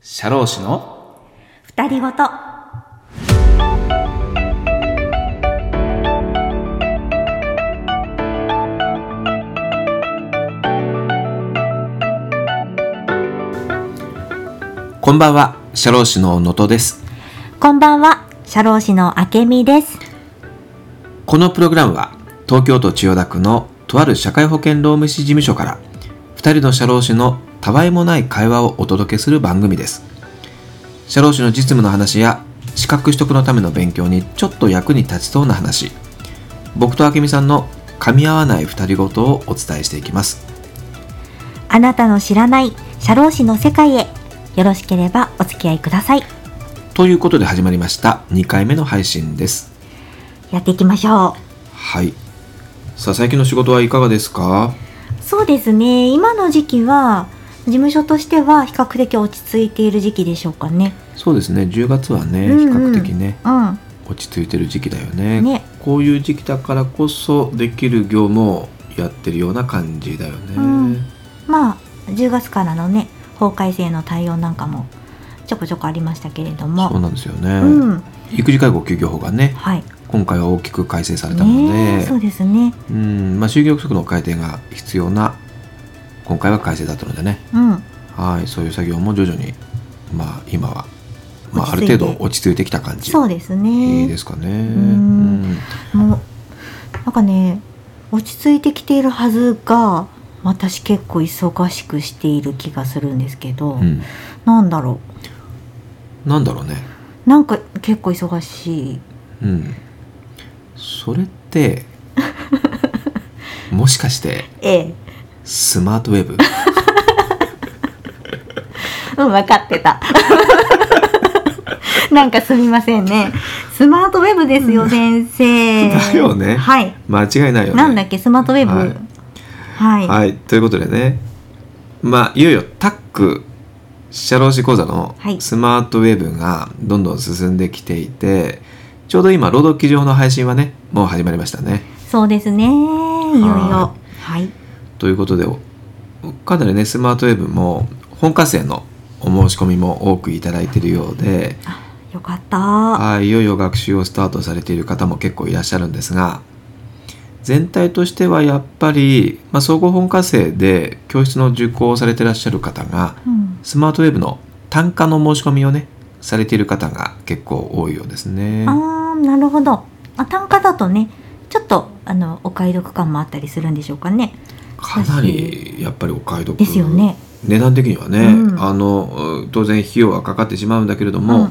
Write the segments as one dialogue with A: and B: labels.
A: 社労士の
B: 二人ごと。
A: こんばんは社労士の能登です
B: こんばんは、社労士のあけみです。
A: このプログラムは東京都千代田区のとある社会保険労務士事務所から二人の社労士のたわいもない会話をお届けする番組です社労士の実務の話や資格取得のための勉強にちょっと役に立ちそうな話僕とあけみさんの噛み合わない二人ごとをお伝えしていきます
B: あなたの知らない社労士の世界へ。よろしければお付き合いください。
A: ということで始まりました2回目の配信です
B: やっていきましょ
A: はいさあ最近の仕事はいかがですか
B: う。そうですね。今の時期は、事務所としては比較的落ち着いている時期でしょうかね。
A: そうですね10月はね比
B: うんうん
A: 較的ね、
B: うん。
A: 落ち着いてる時期だよね
B: ね
A: こういう時期だからこそできる業務をやってるような感じだよね、
B: うんまあ、10月からのね、法改正の対応なんかもちょこちょこありましたけれど
A: そう
B: も。
A: なんですよね、
B: うん。
A: 育児介護休業法がね
B: はい。
A: 今回は大きく改正されたので、
B: ねえそうですね。
A: うんまあ、就業規則の改定が必要な今回は改正だったのでね
B: うん。
A: はいそういう作業も徐々にまあ今は、まあ、あ
B: 落
A: る
B: ち着いて
A: 程度落ち着いてきた感じ
B: そうですね。
A: いいですかね。
B: ん
A: うん
B: もうなんかね落ち着いてきているはずが私結構忙しくしている気がするんですけど、
A: うん、
B: なんだろ
A: なんだろうね。
B: うなんか結構忙しい
A: うん、それって もしかして
B: ええ
A: スマートウェブ
B: うん分かって たなんかすみませんねスマートウェブですよ先生
A: だよね
B: はい、
A: 間違いないよね。
B: なんだっけスマートウェブはい、はい
A: はいということでねまあいよいよタック社労士講座の
B: はい
A: スマートウェブがどんどん進んできていてちょうど今労働基準法の配信はねもう始まりましたね。
B: そうですねいよいよ
A: は
B: はい
A: ということでかなりねスマートウェブも本科生のお申し込みも多くいただいているようで、
B: あよかった
A: はい、いよいよ学習をスタートされている方も結構いらっしゃるんですが全体としてはやっぱり、まあ、総合本科生で教室の受講をされていらっしゃる方が
B: うん
A: スマートウェブの単価の申し込みをねされている方が結構多いようですね。
B: あーなるほどあ単価だとねちょっとあのお買い得感もあったりするんでしょうかね
A: かなりやっぱりお買い得
B: ですよね、
A: 値段的にはね、
B: うん
A: あの当然費用はかかってしまうんだけれど
B: うん
A: も、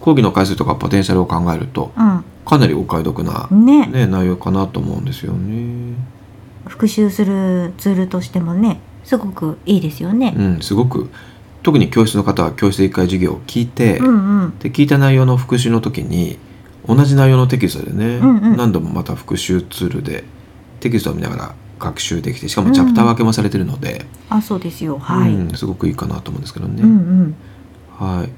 A: 講義の回数とかポテンシャルを考えると
B: うん
A: かなりお買い得な
B: う、んね
A: ね、内容かなと思うんですよね。
B: 復習するツールとしてもねすごくいいですよね、
A: うん、すごく特に教室の方は教室で一回授業を聞いて、
B: うん、うん
A: で聞いた内容の復習の時に同じ内容のテキストでね、
B: うんうん
A: 何度もまた復習ツールでテキストを見ながら学習できてしかもチャプター分けもされてるので、
B: あそうですよはい、うん
A: うんすごくいいかなと思うんですけどね。
B: うん
A: はい。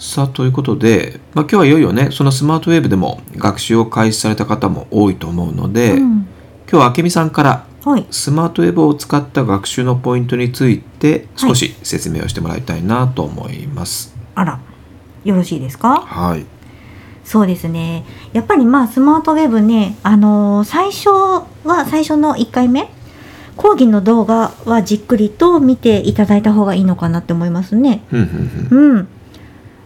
A: さあということで、まあ、今日はいよいよねそのスマートウェブでも学習を開始された方も多いと思うので、
B: うん
A: 今日はあけみさんから
B: はい
A: スマートウェブを使った学習のポイントについて少し説明をしてもらいたいなと思います。
B: あらよろしいですか
A: はい。
B: そうですねやっぱりまあスマートウェブね、あのー最初は最初の1回目講義の動画はじっくりと見ていただいた方がいいのかなって思いますね。
A: うんうんうん。
B: うん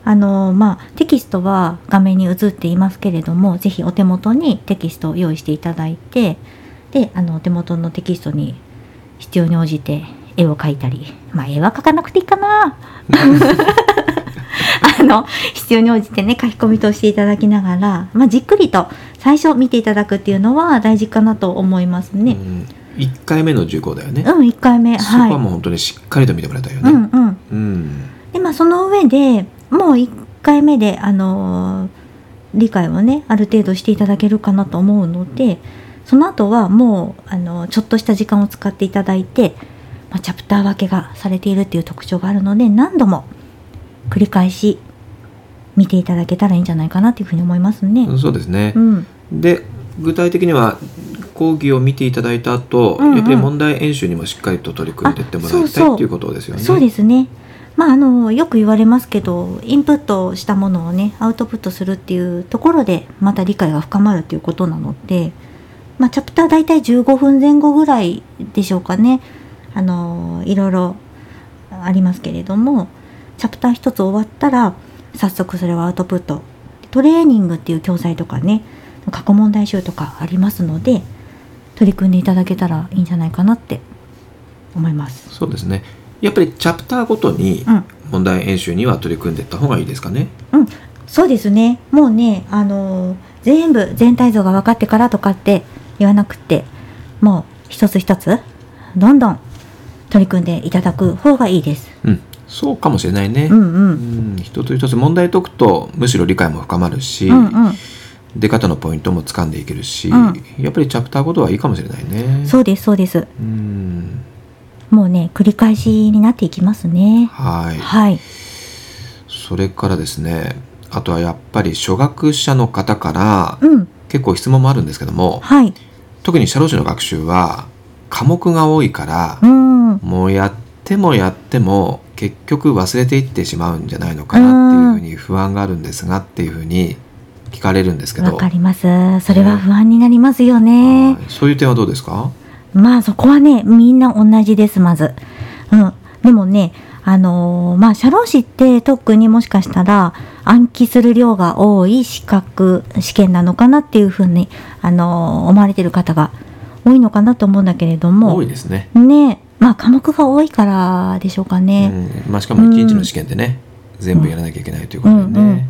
B: あのーまあ、テキストは画面に映っていますけれどもぜひお手元にテキストを用意していただいてであのお手元のテキストに必要に応じて絵を描いたり、まあ、絵は描かなくていいか なあの必要に応じてね書き込みとしていただきながら、まあ、じっくりと最初見ていただくっていうのは大事かなと思います
A: う
B: ね。
A: ん一回目の受講だよね。
B: うん、1回目
A: そこ
B: はい
A: はもう本当にしっかりと見てもらいたいよ
B: う
A: ね。
B: んうん
A: うん。
B: でまあその上でもう1回目で、あのー理解をねある程度していただけるかなと思うのでその後はもう、あのーちょっとした時間を使っていただいて、まあ、チャプター分けがされているっていう特徴があるので何度も繰り返し見ていただけたらいいんじゃないかなっていうふうに思いますね。
A: そうですね
B: う。ん、
A: で具体的には講義を見ていただいた後、
B: うんうん
A: やっぱり問題演習にもしっかりと取り組んでいってもらいたい
B: あそうそう
A: っていうことですよね。
B: そうですね。まあ、あのよく言われますけどインプットしたものをねアウトプットするっていうところでまた理解が深まるっていうことなので、まあ、チャプター大体15分前後ぐらいでしょうかねあのいろいろありますけれどもチャプター1つ終わったら早速それはアウトプットトレーニングっていう教材とかね過去問題集とかありますので取り組んでいただけたらいいんじゃないかなって思います。
A: そうですねやっぱりチャプターごとに
B: うん
A: 問題演習には取り組んでいった方がいいですかね、
B: うん、そうですね。もうね、あのー全部全体像が分かってからとかって言わなくて、もう一つ一つどんどん取り組んでいただく方がいいです。
A: うん、そうかもしれないね、
B: う
A: うん
B: んうん。
A: 一つ一つ問題解くとむしろ理解も深まるし、
B: うんうん。
A: 出方のポイントも掴んでいけるし、
B: うん
A: やっぱりチャプターごとはいいかもしれないね
B: そうですそうです。
A: うん
B: もうね、繰り返しになっていきますね。
A: はい
B: はい。
A: それからですねあとはやっぱり初学者の方から
B: うん。
A: 結構質問もあるんですけども
B: はい。
A: 特に社労士の学習は科目が多いから
B: うん。うん
A: もうやってもやっても結局忘れていってしまうんじゃないのかなっていうふうに不安があるんですがっていうふうに聞かれるんですけ
B: わ
A: ど
B: かります。それは不安になりますよね。
A: はいそういう点はどうですか
B: まあそこはね、みんな同じです、まず。うん。でもね、あのーまあ社労士って特にもしかしたら暗記する量が多い資格、試験なのかなっていうふうに、あのー思われてる方が多いのかなと思うんだけれど
A: 多
B: も
A: い、ですね、
B: ね、まあ科目が多いからでしょうかね。
A: うんまあ、しかも1日の試験でね、全部やらなきゃいけないということでね、
B: うんうん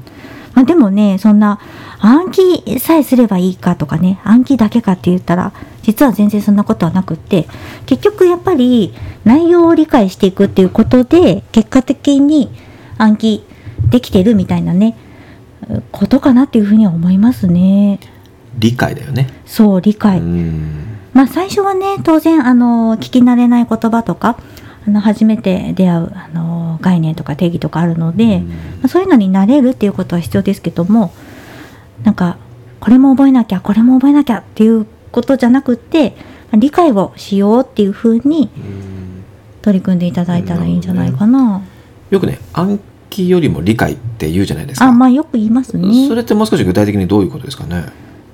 B: まあ、でもねそんな暗記さえすればいいかとかね暗記だけかって言ったら実は全然そんなことはなくって結局やっぱり内容を理解していくっていうことで結果的に暗記できてるみたいなねうことかなっていうふうには思いますね。
A: 理解だよね、
B: そう理解、
A: うん
B: まあ最初はね当然あの聞き慣れない言葉とかあの初めて出会うあの概念とか定義とかあるので、
A: うん
B: まあそういうのに慣れるっていうことは必要ですけどもなんかこれも覚えなきゃこれも覚えなきゃっていうことじゃなくってまあ理解をしようっていうふうに
A: うん
B: 取り組んでいただいたらいいんじゃないかな。
A: よくね暗記よりも理解って言うじゃないですか
B: あまあよく言いますね。
A: それってもう少し具体的にどういうことですかね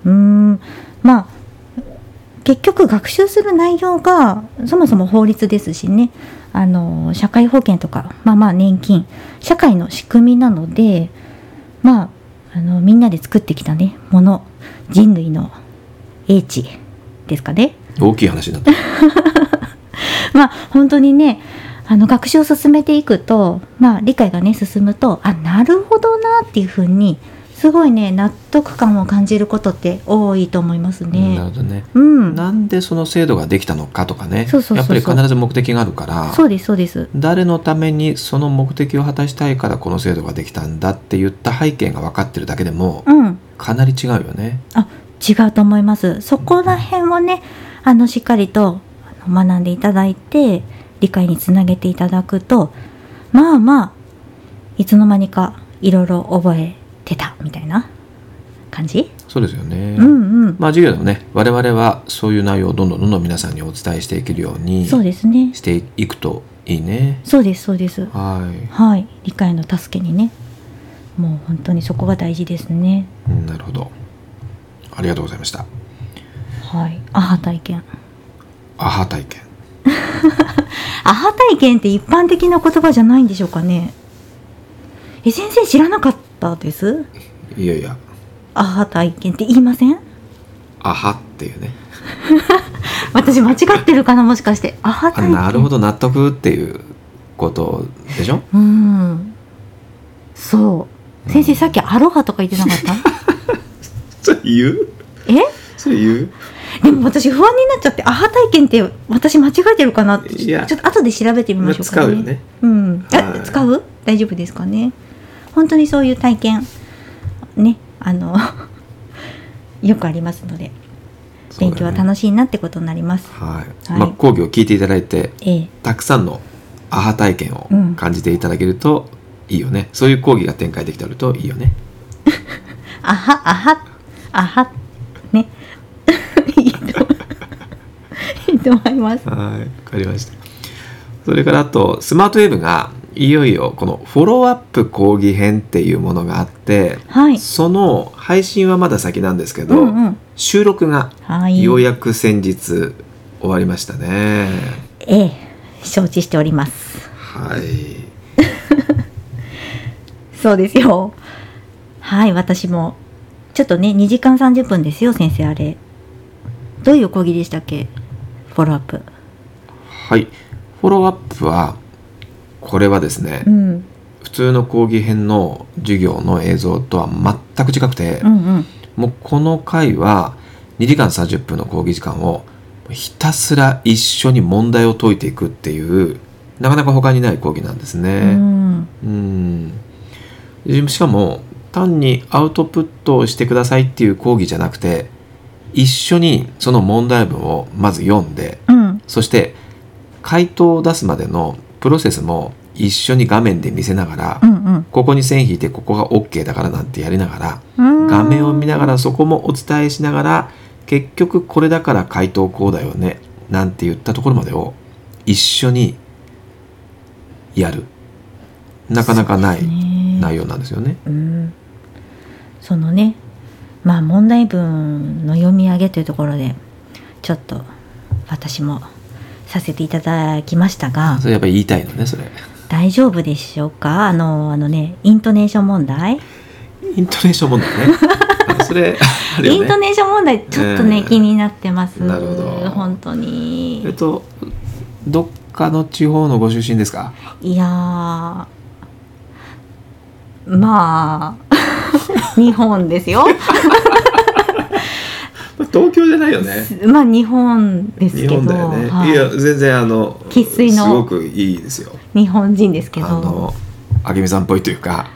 B: うーんまあ結局学習する内容がそもそも法律ですしねあの社会保険とかまあまあ年金社会の仕組みなのでまああのみんなで作ってきたねもの人類の英知ですかね。
A: 大きい話になった
B: まあ本当にねあの学習を進めていくと、まあ、理解がね進むとあなるほどなっていうふうにすごいね納得感を感じることって多いと思います
A: うんなるほ
B: ね。
A: どね
B: うん、
A: なんでその制度ができたのかとかね
B: そうそうそうそう
A: やっぱり必ず目的があるから
B: そうですそうです。
A: 誰のためにその目的を果たしたいからこの制度ができたんだって言った背景が分かってるだけでも
B: うん。
A: かなり違うよね。
B: あ、違うと思います。そこら辺をね、あのしっかりとあの学んでいただいて理解につなげていただくと、まあまあいつの間にかいろいろ覚えてたみたいな感じ。
A: そうですよね。
B: うんうん。
A: まあ授業でもね我々はそういう内容をどんどんどんどん皆さんにお伝えしていけるように
B: そうですね。
A: していくといいね。
B: そうですそうです。
A: はい。
B: はい。理解の助けにね。もう本当にそこが大事ですね。
A: うんなるほど。ありがとうございました。
B: はい。アハ体験。
A: アハ体験。
B: アハ体験って一般的な言葉じゃないんでしょうかねえ先生知らなかったです
A: いやいや、
B: アハ体験って言いません
A: アハっていうね。
B: 私間違ってるかなもしかしてアハ体
A: あ
B: 験
A: なるほど納得っていうことでしょ。
B: うんそう先生さっきアロハとか言ってな かった
A: それ言う？
B: え
A: それ言う？
B: でも私不安になっちゃってアハ体験って私間違えてるかなって
A: い
B: ちょ
A: や
B: っと後で調べてみましょう
A: まあ使
B: かね、
A: うよね
B: うんえ
A: はい
B: 使う大丈夫ですかね本当にそういう体験ねあの よくありますので勉強は
A: し
B: 楽しいなってことになります。
A: はい。
B: はい
A: まあ講義を聞いていただいて
B: ええ、
A: たくさんのアハ体験を
B: うん
A: 感じていただけるといいよね。そういう講義が展開できてるといいよね。
B: あはあはあはね いいといいと思います。
A: はい、わかりました。それからあとスマートウェブがいよいよこのフォローアップ講義編っていうものがあって、
B: はい。
A: その配信はまだ先なんですけ
B: う
A: ど、
B: んうん。
A: 収録が
B: はい。
A: ようやく先日終わりましたね。
B: ええ、承知しております。
A: はい。
B: そうですよ。はい、私も。ちょっとね、2時間30分ですよ、先生、あれ。どういう講義でしたっけフォローアップ。
A: はい。フォローアップは、これはですね、
B: うん。
A: 普通の講義編の授業の映像とは全く違くて、
B: うんうん。
A: もうこの回は2時間30分の講義時間をひたすら一緒に問題を解いていくっていうなかなか他にない講義なんです
B: う
A: ね。
B: ん。
A: うんしかも単にアウトプットをしてくださいっていう講義じゃなくて一緒にその問題文をまず読んで
B: うん。
A: そして回答を出すまでのプロセスも一緒に画面で見せながら、
B: うんうん。
A: ここに線引いてここが OK だからなんてやりながら
B: うん
A: 画面を見ながらそこもお伝えしながら結局これだから回答こうだよねなんて言ったところまでを一緒にやるなかなかない
B: ね
A: 内容なんですよね。
B: うん、そのねまあ問題文の読み上げというところでちょっと私もさせていただきましたが
A: それやっぱり言いたいのねそれ。
B: 大丈夫でしょうかあのあのねイントネーション問題、
A: イントネーション問題 ね。あそれある
B: イ
A: よ
B: ント
A: ね。
B: ネーション問題ちょっとね、
A: ええ
B: 気になってます
A: なるほど
B: 本当
A: えっ
B: に
A: とどっかの地方のご出身ですか
B: いやーまあ 日本ですよ
A: 東京じゃないよね。
B: まあ日本ですけ
A: 日
B: ど
A: 本だよね。
B: はい
A: い、や全然あの
B: 生粋の
A: すごくいいですよ。
B: 日本人ですけど
A: あの明美さんっぽいというか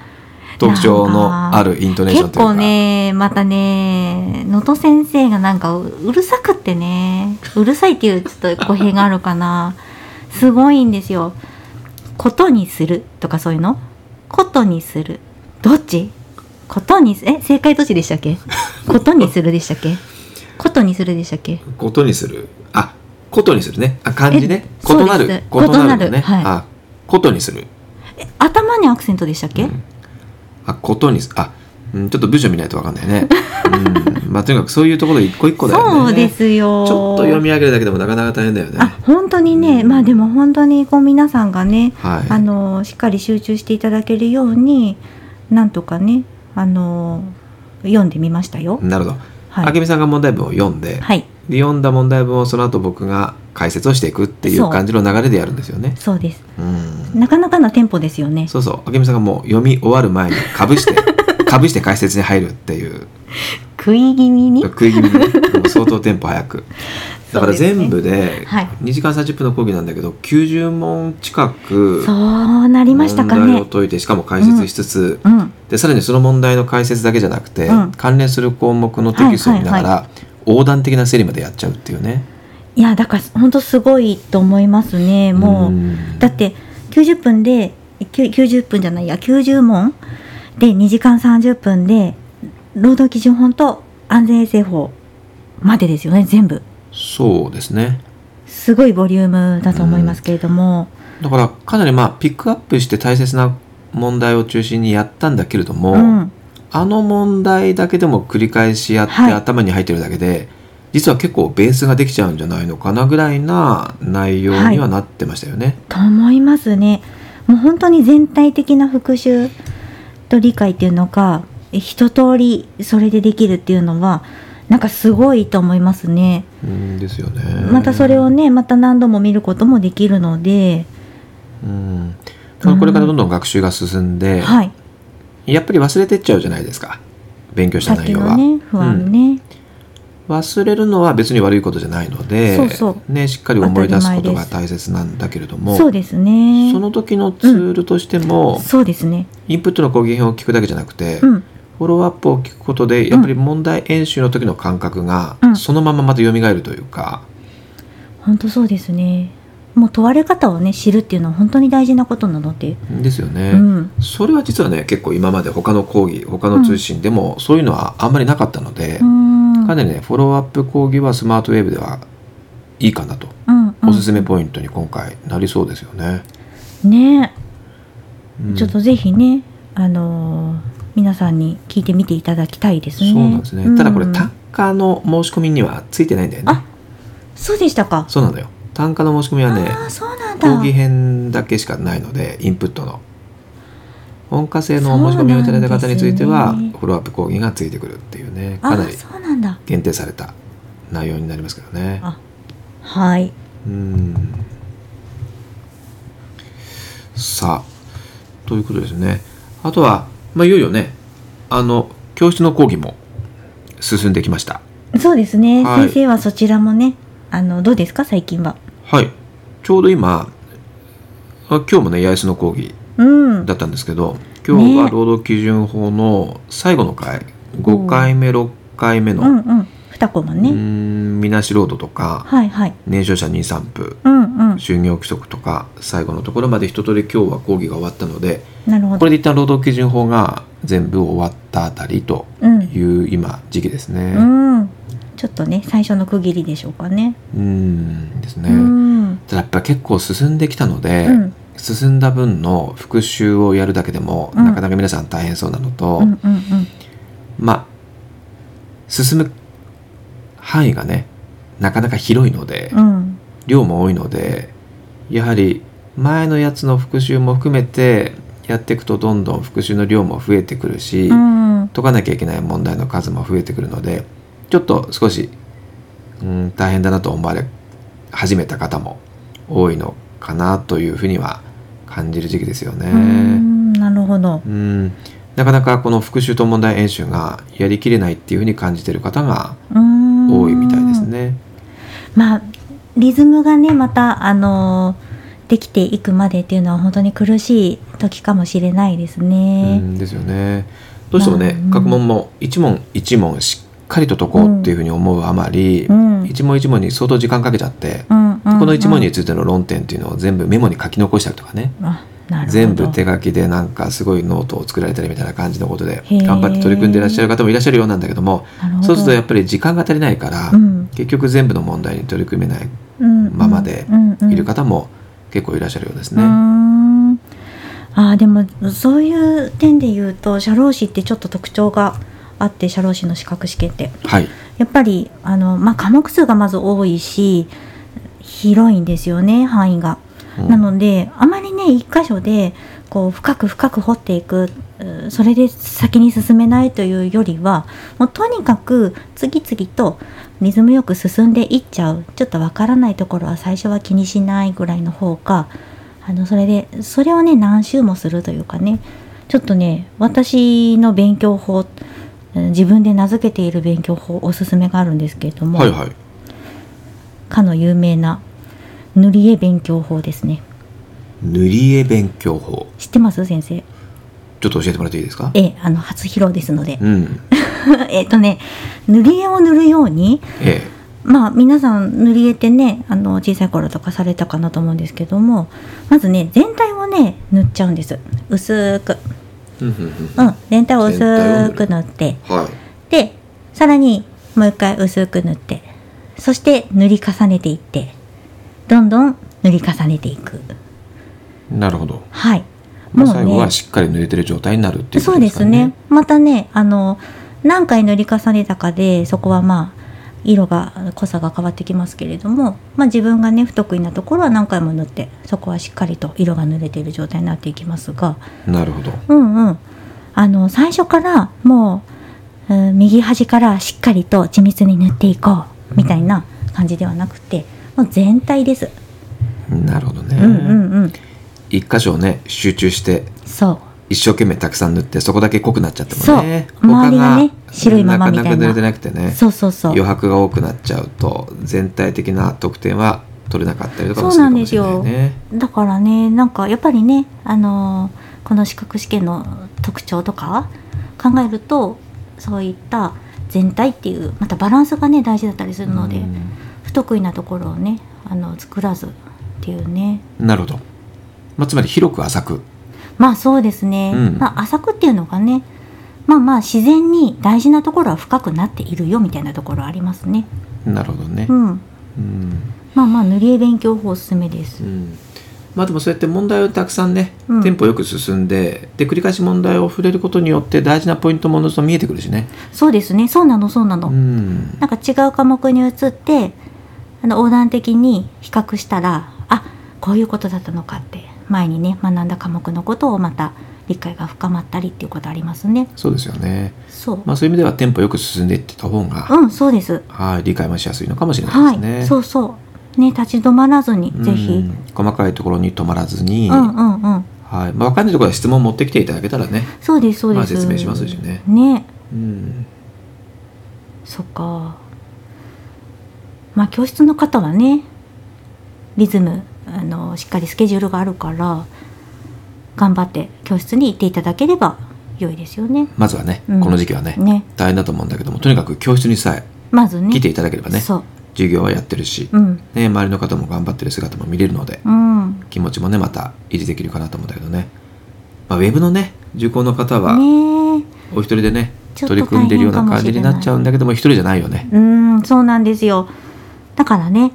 A: 特徴のあるイントネーション
B: 結
A: というか
B: 構ねまたね能登先生がなんかううるさくってねうるさいっていうちょっと語弊があるかなすごいんですよ「ことにする」とかそういうの「ことにする」どっちことにすえ正解どっちでしたっけことにするでしたっけことにするでしたっけ
A: ことにするあことにするねあ漢字ね
B: えそう
A: 異
B: で
A: な
B: す
A: る
B: 異なる
A: のね、
B: はい
A: あことにする
B: え頭にアクセントでしたっけ、
A: あことにすあうんちょっと部署見ないとわかんないね うんまあとにかくそういうところ一個一個だよね
B: そうですよ
A: ちょっと読み上げるだけでもなかなか大変だよね
B: あ本当にね、
A: うん
B: まあでも本当にこう皆さんがね、
A: はい
B: あのしっかり集中していただけるようになんとかねあの読んでみましたよ。
A: なるほど、
B: はい
A: 明美さんが問題文を読んで、
B: はい
A: で読んだ問題文をその後僕が解説をしていくってい
B: そうう
A: 感じの流れでやるんですよね
B: そうです
A: うん
B: なかなかのテンポですよね。
A: そうそう、明美さんがもう読み終わる前にかぶ して、かぶして解説に入るっていう、
B: 食い気味に、
A: 食い気味に、もう相当テンポ早く。だから全部で
B: はい
A: 2時間30分の講義なんだけど、90問近く
B: そうなりました
A: 問
B: か
A: 題を
B: ね。
A: 解いて、しかも解説しつつ、
B: うん
A: でさらにその問題の解説だけじゃなくて、
B: うん
A: 関連する項目のテキストを見ながら、
B: は
A: 横断的な整理までやっちゃうっていうね。
B: いやだから本当すごいと思いますね。もう、
A: ん
B: だって90分できゅ90分じゃないや90問で2時間30分で労働基準法と安全衛生法までですよね全部
A: そうですね。
B: すごいボリュームだと思いますけれども、
A: だからかなりまあピックアップして大切な問題を中心にやったんだけれども、
B: うん
A: あの問題だけでも繰り返しやって
B: はい
A: 頭に入ってるだけで、実は結構ベースができちゃうんじゃないのかなぐらいな内容にはなってましたよね。
B: と思いますねもう本当に全体的な復習と理解っていうのがえ一通りそれでできるっていうのはなんかすごいと思いますね。
A: うんですよね。
B: またそれをねまた何度も見ることもできるので、
A: うん。だからこれからどんどん学習が進んで、
B: はい
A: やっぱり忘れてっちゃうじゃないですか勉強し
B: さ
A: た
B: っ
A: 内
B: き
A: 容
B: の
A: は。
B: ね不安ね。
A: 忘れるのは別に悪いことじゃないので
B: そうそう
A: ね、しっかり思い出すことが
B: 当た
A: 大切なんだけれども
B: そうですね
A: その時のツールとしても、
B: そうですね
A: インプットの講義編を聞くだけじゃなくて、
B: うん
A: フォローアップを聞くことでやっぱり問題演習の時の感覚が
B: うん
A: そのまままた蘇るというか、
B: 本当そうですねもう問われ方をね知るっていうのは本当に大事なことなので、
A: ですよね、
B: うん
A: それは実はね結構今まで他の講義他の通信でもそういうのはあんまりなかったので、
B: うん
A: かなりねフォローアップ講義はスマートウェーブではいいかなと、
B: うんうん
A: おすすめポイントに今回なりそうですよね。
B: ね
A: うん
B: ちょっとぜひね、あのー皆さんに聞いてみていただきたいですね。
A: そうなんですね、
B: ん
A: ただこれ単価の申し込みにはついてないんだよね
B: あそうでしたか。
A: そうなんだよ単価の申し込みはね
B: ああ、そうなんだ。
A: 講義編だけしかないのでインプットの本科生のお申し込みをいただいた方について
B: そう
A: は、
B: なんですね
A: フォローアップ講義がついてくるっていうね
B: あ
A: かな
B: あ、
A: り
B: そうなんだ。
A: 限定された内容になりますけどね
B: あはい。
A: うんさあということですねあとは、まあ、いよいよねあの教室の講義も進んできました
B: そうですね、
A: はい
B: 先生はそちらもね、あの、どうですか、最近は。
A: はいちょうど今あ今日もね八重洲の講義
B: うん。
A: だったんですけど今日は
B: ね
A: 労働基準法の最後の回5回目6回目の、
B: うんうん。二コマ
A: うー
B: ね。
A: んみなし労働とか
B: はいはい。
A: 年少者妊産婦
B: うんうん。
A: 就業規則とか最後のところまで一通り今日は講義が終わったので
B: なるほ
A: こ
B: ど。
A: れで一旦労働基準法が全部終わったあたりと
B: うん。
A: いう今時期ですね。
B: うん。ちょっとね、最初の区切りでしょうかね。
A: うーんですね。
B: うん。
A: ただやっぱ結構進んできたので、
B: うん
A: 進んだ分の復習をやるだけでも
B: うん
A: なかなか皆さん大変そうなのと、
B: うんうんうん。
A: まあ進む範囲がねなかなか広いので、
B: うん。
A: 量も多いのでやはり前のやつの復習も含めてやっていくとどんどん復習の量も増えてくるし、
B: うん。
A: 解かなきゃいけない問題の数も増えてくるのでちょっと少し、うん、大変だなと思われ始めた方も多いのかなというふうには感じる時期ですよね。
B: うんなるほど。
A: うんなかなかこの復習と問題演習がやりきれないっていうふうに感じてる方が
B: うん。
A: 多いみたいです。ね。
B: まあ、リズムがね、また、あのーできていくまでっていうのは本当に苦しい時かもしれないです
A: う
B: ね。
A: んですよね。どうしてもね、
B: まあうん
A: 各問も一問一問しっかりと解こうっていうふうに思うあまり、
B: うん。
A: 一問一問に相当時間かけちゃって、
B: うんうんうん
A: この一問についての論点っていうのを全部メモに書き残したりとかね
B: あなるほど
A: 全部手書きでなんかすごいノートを作られたりみたいな感じのことで
B: へー
A: 頑張って取り組んでいらっしゃる方もいらっしゃるようなんだけども
B: なるほど
A: そうするとやっぱり時間が足りないから、
B: うん
A: 結局全部の問題に取り組めない
B: うん
A: ままで
B: うんうん
A: いる方も結構いらっしゃるようです
B: うー
A: ね。
B: んあーでもそういう点で言うと社労士ってちょっと特徴があって社労士の資格試験って
A: はい、
B: やっぱりあの、まあ、科目数がまず多いし広いんですよね範囲が。
A: うん
B: なのであまりね一箇所でこう深く深く掘っていくうそれで先に進めないというよりはもうとにかく次々とリズムよく進んでいっちゃうちょっとわからないところは最初は気にしないぐらいの方があのそれでそれをね何周もするというかねちょっとね私の勉強法うん自分で名付けている勉強法おすすめがあるんですけれども、
A: はいはい
B: かの有名な塗り絵勉強法ですね
A: 塗り絵勉強法
B: 知ってます先生
A: ちょっと教えてもらっていいですか
B: ええあの初披露ですので
A: うん
B: えっとね塗り絵を塗るように
A: ええ
B: まあ皆さん塗り絵ってねあの小さい頃とかされたかなと思うんですけどもまずね全体をね塗っちゃうんです薄く
A: うんうんう
B: うんん全体を薄く塗って
A: はい
B: でさらにもう一回薄く塗ってそして塗り重ねていってどんどん塗り重ねていく
A: なるほど、
B: はい
A: まあ、最後はしっかり塗れてる状態になるっていうこ
B: そ
A: と
B: う
A: で
B: です
A: か
B: す
A: ね
B: ね。またね、あの、何回塗り重ねたかで、そこはまあ、色が、濃さが変わってきますけれども、まあ自分がね、不得意なところは何回も塗って、そこはしっかりと色が塗れている状態になっていきますが、
A: なるほど
B: うんうん。あの、最初からもう、うん右端からしっかりと緻密に塗っていこう、みたいな感じではなくて、もう全体です。
A: なるほどね、
B: うんうんうん。
A: 一箇所をね集中して
B: そう。
A: 一生懸命たくさん塗ってそこだけ濃くなっちゃってもね
B: そう周りがね白いままみたいな
A: かなか塗れてなくてね
B: そうそうそう。
A: 余白が多くなっちゃうと全体的な得点は取れなかったりとかも
B: そ
A: す
B: う
A: るか
B: なん
A: も
B: で
A: し
B: す
A: れ
B: よ
A: ないよね
B: だからねなんかやっぱりねあのーこの資格試験の特徴とか考えるとそういった全体っていうまたバランスがね大事だったりするので、不得意なところをねあの作らずっていうね
A: うんなるほど、まあ、つまり広く浅く
B: まあそうですね、
A: うん
B: まあ浅くっていうのがねまあまあ自然に大事なところは深くなっているよみたいなところありますね
A: なるほどね
B: う、ん
A: うん
B: まあまあ塗り絵勉強法おすすめです
A: うんまあでもそうやって問題をたくさんね、
B: うん
A: テンポよく進んでで繰り返し問題を触れることによって大事なポイントもおのずと見えてくるしね。
B: そうですねそうなのそうなの、
A: うん
B: なんか違う科目に移ってあの横断的に比較したらあこういうことだったのかって前にね学んだ科目のことをまた理解が深まったりっていうことありますね。
A: そうですよね、
B: そう、
A: まあ、そういう意味ではテンポよく進んでいってた方が、
B: うんそうです。
A: はい理解もしやすいのかもしれな
B: はいい、
A: ですね。
B: そうそうね立ち止まらずに
A: うん
B: ぜひ、
A: 細かいところに止まらずに、
B: うんうんうん
A: はいまあ、分かんないところは質問を持ってきていただけたらね、
B: そうですそうです。
A: まあ説明しますしね
B: ね
A: うん、
B: そっか。まあ教室の方はねリズムあのしっかりスケジュールがあるから頑張って教室に行っていただければ良いですよね。
A: まずはね、
B: うん
A: この時期はね
B: ね
A: 大変だと思うんだけどもとにかく教室にさえ
B: まずね。
A: 来ていただければね
B: そう。
A: 授業はやってるし、
B: うん
A: ね、周りの方も頑張ってる姿も見れるので
B: うん。
A: 気持ちもねまた維持できるかなと思うんだけどね、まあ、ウェブのね受講の方は
B: ねえ
A: お一人でね、
B: ちょっと
A: 取り組んでるような感じになっちゃうんだけども一人じゃないよね。
B: うん、そうなんですよ。だからね、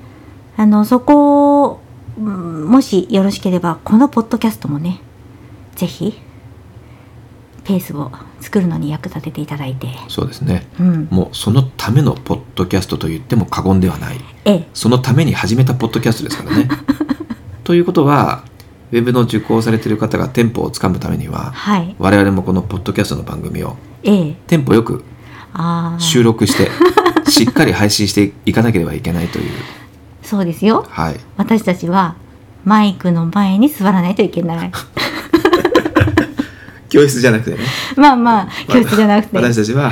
B: あの、そこを、うんもしよろしければ、このポッドキャストもね、ぜひ、ペースを作るのに役立てていただいて、
A: そうですね
B: うん。
A: もうそのためのポッドキャストと言っても過言ではない
B: ええ、
A: そのために始めたポッドキャストですから ね。ということはウェブの受講されている方がテンポをつかむためには
B: はい、
A: 我々もこのポッドキャストの番組を
B: ええ、
A: テンポよく
B: ああ、
A: 収録して、しっかり配信していかなければいけないという、
B: そうですよ。
A: はい、
B: 私たちは、マイクの前に座らないといけない。
A: 教室じゃなくてね
B: まあまあ、教室じゃなくて、
A: 私たちは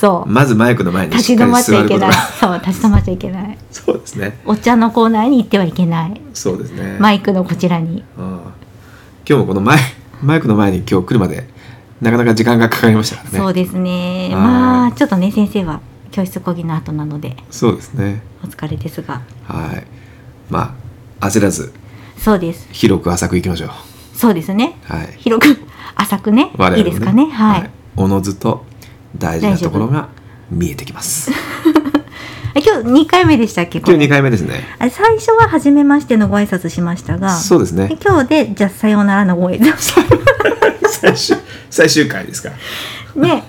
B: そう、
A: まずマイクの前に
B: 立
A: し
B: ち
A: っか
B: 止ま
A: り
B: っち
A: 座
B: ゃい
A: るこ
B: け
A: と
B: ない
A: が。
B: そう、立ち止まっちゃいけない。
A: そうですね
B: お茶のコーナーに行ってはいけない。
A: そうですね、
B: マイクのこちらに。
A: うん、今日もこの前マイクの前に今日来るまでなかなか時間がかかりましたからね
B: そうです
A: はい
B: ね。まあちょっとね先生は教室講義の後なので
A: そうですね
B: お疲れですが、
A: はいまあ焦らず
B: そうです。
A: 広く浅くいきましょう
B: そうですね。
A: はい
B: 広く浅くね、
A: 我々も
B: いいですかね。はい。
A: おのずと大事なところが見えてきます
B: え今日二回目でしたっけ？
A: 今日2回目ですね
B: あ最初は初めましてのご挨拶しましたが、
A: そうです
B: で
A: ね
B: 今日でじゃあさようならのご挨拶
A: 最終最終回ですか
B: ね。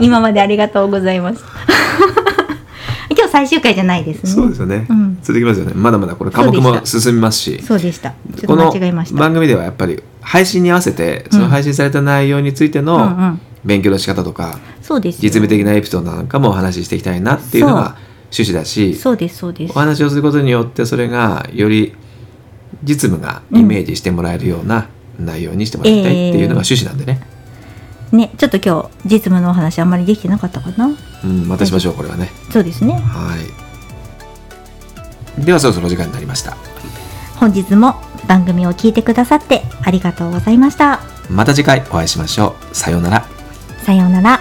B: 今までありがとうございます。 今日最終回じゃないですね。
A: そうですよね、
B: うん
A: 続きますよねまだまだこれ科目
B: そう
A: も
B: で
A: 進みますし
B: そうでした。ちょ
A: こ
B: っ
A: の
B: と間違えました。
A: 番組ではやっぱり配信に合わせてその配信された内容について
B: うんう
A: の
B: ん。
A: 勉強の仕方とか、
B: そうですよ。
A: 実務的なエピソードなんかもお話ししていきたいなっていうの
B: そう
A: が趣旨だし
B: そうですそうです
A: お。話をすることによってそれがより実務がイメージしてもらえるような内容にしてもらいたいっていうのが趣旨なんでね、
B: ね、ちょっと今日実務のお話あんまりできてなかったかな。
A: うん、またしましょうこれはね
B: そうですね。
A: はいではそろそろお時間になりました
B: 本日も番組を聞いてくださってありがとうございました。
A: また次回お会いしましょうさようなら
B: さようなら。